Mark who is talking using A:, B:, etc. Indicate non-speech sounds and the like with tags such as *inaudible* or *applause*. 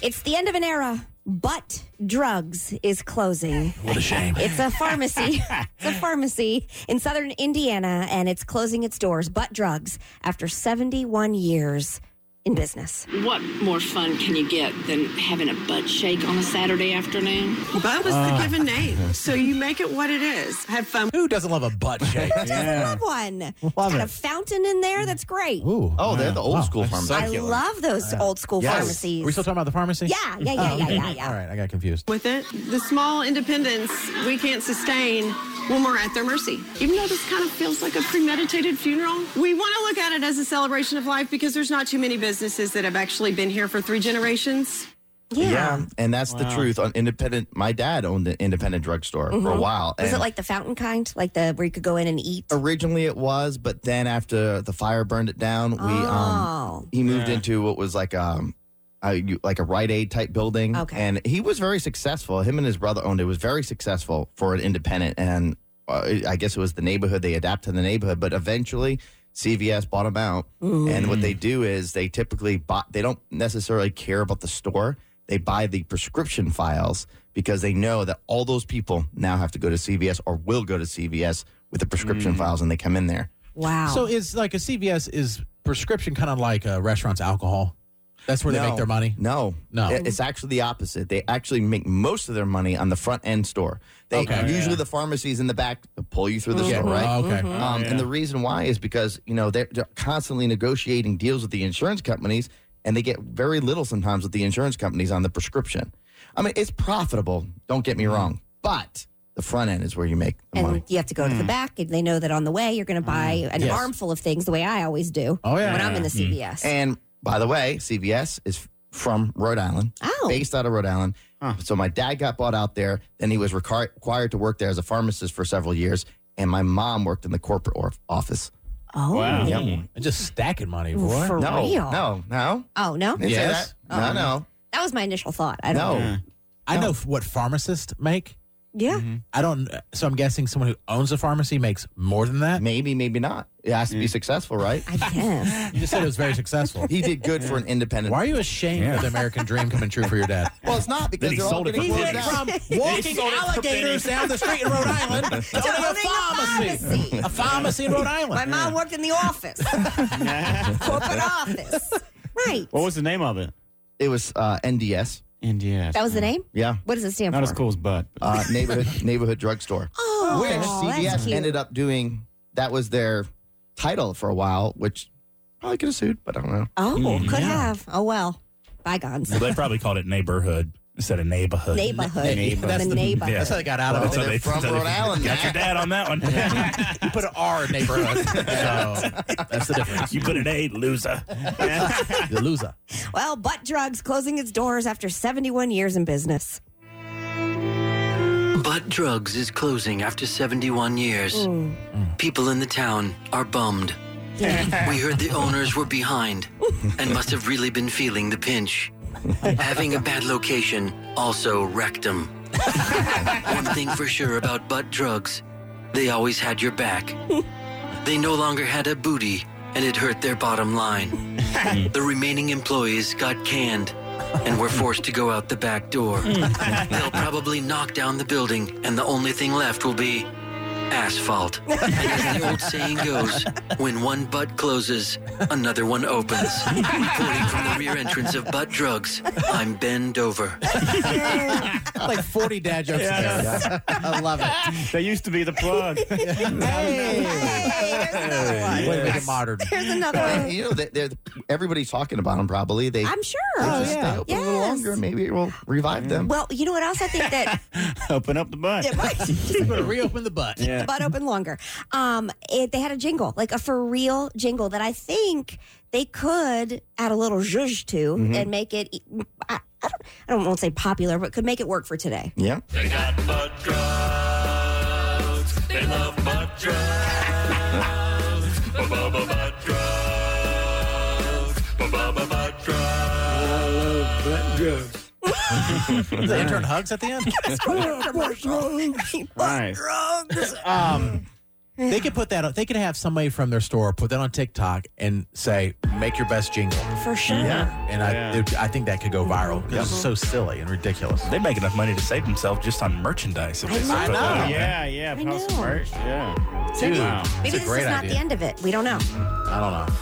A: It's the end of an era, but drugs is closing.
B: What a
C: *laughs*
B: shame.
A: It's a
B: *laughs*
A: pharmacy. it's a pharmacy in southern Indiana, and it's closing its doors, but drugs, after 71 years in business.
D: What more fun can you get than having a butt shake on a Saturday afternoon?
E: Butt was the given name, so you make it what it is. Have fun.
B: Who doesn't love a butt shake?
A: I love one. it's got a
B: it.
A: fountain in there. That's great.
B: Ooh,
C: Oh, they're the old
B: Wow,
C: school
B: that's
C: farmers.
A: I
B: succulent.
A: love those old school
B: Yes.
A: pharmacies.
B: Are we still talking about the pharmacy?
A: yeah, yeah, yeah, yeah, yeah, yeah.
B: Oh, All right, I got confused.
E: With it, the small independence we can't sustain when we're at their mercy. Even though this kind of feels like a premeditated funeral, we want to look at it as a celebration of life because there's not too many businesses that have actually been here for three generations.
A: Yeah.
C: And that's the truth on independent. My dad owned an independent drugstore for a while.
A: Mm-hmm. Was it
C: and
A: like the fountain kind, like the where you could go in and eat?
C: originally it was, but then after the fire burned it down, we
A: Oh.
C: um he moved into what was like um a, you- like a Rite Aid type building.
A: Okay.
C: and he was very successful. Him and his brother owned it. It Was very successful for an independent, and uh, I guess it was the neighborhood. They adapt to the neighborhood, but eventually. CVS bought them out,
A: Mm.
C: and what they
B: Mm.
C: do is they typically buy. They don't necessarily care about the store. They buy the prescription files because they know that all those people now have to go to CVS or will go to CVS with the prescription
B: Mm.
C: files, and they come in there.
A: Wow.
B: So is like a CVS is prescription kind of like a restaurant's alcohol? That's where they
C: No.
B: make their money.
C: No,
B: No.
C: It- It's actually the opposite. They actually make most of their money on the front end store. They
B: Okay.
C: usually the pharmacies in the back pull you through the store, right?
B: Oh, okay.
A: Mm-hmm.
C: Um, And the reason why is because you know they're, they're constantly negotiating deals with the insurance companies, and they get very little sometimes with the insurance companies on the prescription. I mean, it's profitable. Don't get me wrong, but the front end is where you make
A: Mm-hmm.
C: the
A: and
C: money.
A: you have to go to the back, and they know that on the way you're going to buy an
B: Yes.
A: armful of things, the way I always do
B: Oh, yeah.
A: when I'm in the
B: Mm.
A: CVS.
C: And by the way, CVS is from Rhode Island,
A: Oh.
C: based out of Rhode Island. So my dad got bought out there. Then he was requir- required to work there as a pharmacist for several years. And my mom worked in the corporate or- office.
A: oh,
F: Wow.
B: And just stacking money, boy.
A: for
C: No,
A: real?
C: no, no.
A: Oh no,
C: Didn't say
B: Yes?
C: that. No, no,
A: that was my initial thought. I don't.
C: no.
A: Know.
B: I know f- what pharmacists make.
A: Yeah.
C: Mm-hmm.
B: I don't. So I'm guessing someone who owns a pharmacy makes more than that.
C: Maybe, maybe not. It has to be successful, right?
A: I
B: *laughs*
A: guess.
B: You just said it was very
C: *laughs*
B: successful.
C: He did good for an independent.
B: Why are you ashamed of the American dream coming true for your dad?
C: Well, it's not because
F: he
C: they're all
F: sold it
C: getting
F: for
C: closed
F: pennies.
B: *laughs*
C: down.
B: Walking alligators down the street in Rhode *laughs* Island to owning a pharmacy. A pharmacy in Rhode
A: My
B: Island.
A: mom worked in the office, corporate office. Right.
F: What was the name of it?
C: It was uh, NDS.
F: NDS.
A: that was the name.
C: Yeah.
A: What does it Oh. stand
F: Not
A: for?
F: as cool as Bud. but-
C: Uh, neighborhood neighborhood drugstore.
A: Oh,
C: which
A: that's
C: CBS
A: cute.
C: ended up doing. That was their title for a while, which probably could have sued, but I don't know.
A: oh, could have. Oh well, bygones.
F: Well, they probably called it neighborhood instead of neighborhood.
A: Neighborhood.
B: That's
A: the neighbor.
F: Yeah.
B: That's how they got out
C: Well,
B: of
F: So
B: it.
C: they're
B: *laughs*
F: they-
C: from
F: so they-
C: Rhode Island.
F: Got your
C: Matt.
F: dad on that *laughs* one.
B: You put an R in *laughs* neighborhood. So that's the difference.
F: you put an A, loser.
B: The loser.
A: Well, Butt Drugs closing its doors after 71 years in business.
G: But Drugs is closing after 71 years. People in the town are bummed. We heard the owners were behind and must have really been feeling the pinch. Having a bad location also wrecked them. One thing for sure about Butt Drugs they always had your back. They no longer had a booty, and it hurt their bottom line. the remaining employees got canned and were forced to go out the back door. They'll probably knock down the building, and the only thing left will be asphalt. And as the old saying goes, when one butt closes, another one opens. Reporting from the rear entrance of Butt Drugs, I'm Ben Dover.
B: *laughs* Like 40 dad jokes. in there.
C: *laughs*
B: I love it.
F: They used to be
A: *laughs*
F: the plug.
A: Hey, there's another one.
B: Way to make it modern.
A: There's another one.
C: You know, they, they're, everybody's talking about them probably. They,
A: I'm sure. Oh,
C: they just stay open a little
A: Yes.
C: longer. Maybe it will revive them.
A: Well, you know what else I think that
F: Open up the butt.
A: it
B: *laughs*
A: might
B: Gonna reopen the butt.
F: Yeah.
A: butt open longer. Um, it, they had a jingle, like a for real jingle that I think they could add a little zhuzh to
B: Mm-hmm.
A: and make it. e- I, I don't, I don't want to say popular, but could make it work for
B: *laughs*
A: today.
C: yeah.
H: They got butt drugs. They love butt drugs. Ba-ba-ba butt drugs. Ba-ba-ba butt drugs.
B: The intern hugs at the end.
A: Butt drugs.
F: Nice.
A: Drugs.
B: Um, They could put that. on- They could have somebody from their store put that on TikTok and say, "Make your best jingle,"
A: for sure.
B: and I,
F: Yeah.
B: it, I think that could go viral. 'cause It's so silly and ridiculous.
I: They make enough money to save themselves just on merchandise. If they
A: I
I: put that
B: know.
I: out there.
F: Oh, Yeah, yeah.
A: I
F: Post
A: know.
F: merch. Yeah.
A: Maybe, maybe
B: It's a
F: Wow.
A: this is
B: great
A: not
B: idea.
A: the end of it. We don't know.
B: I don't know.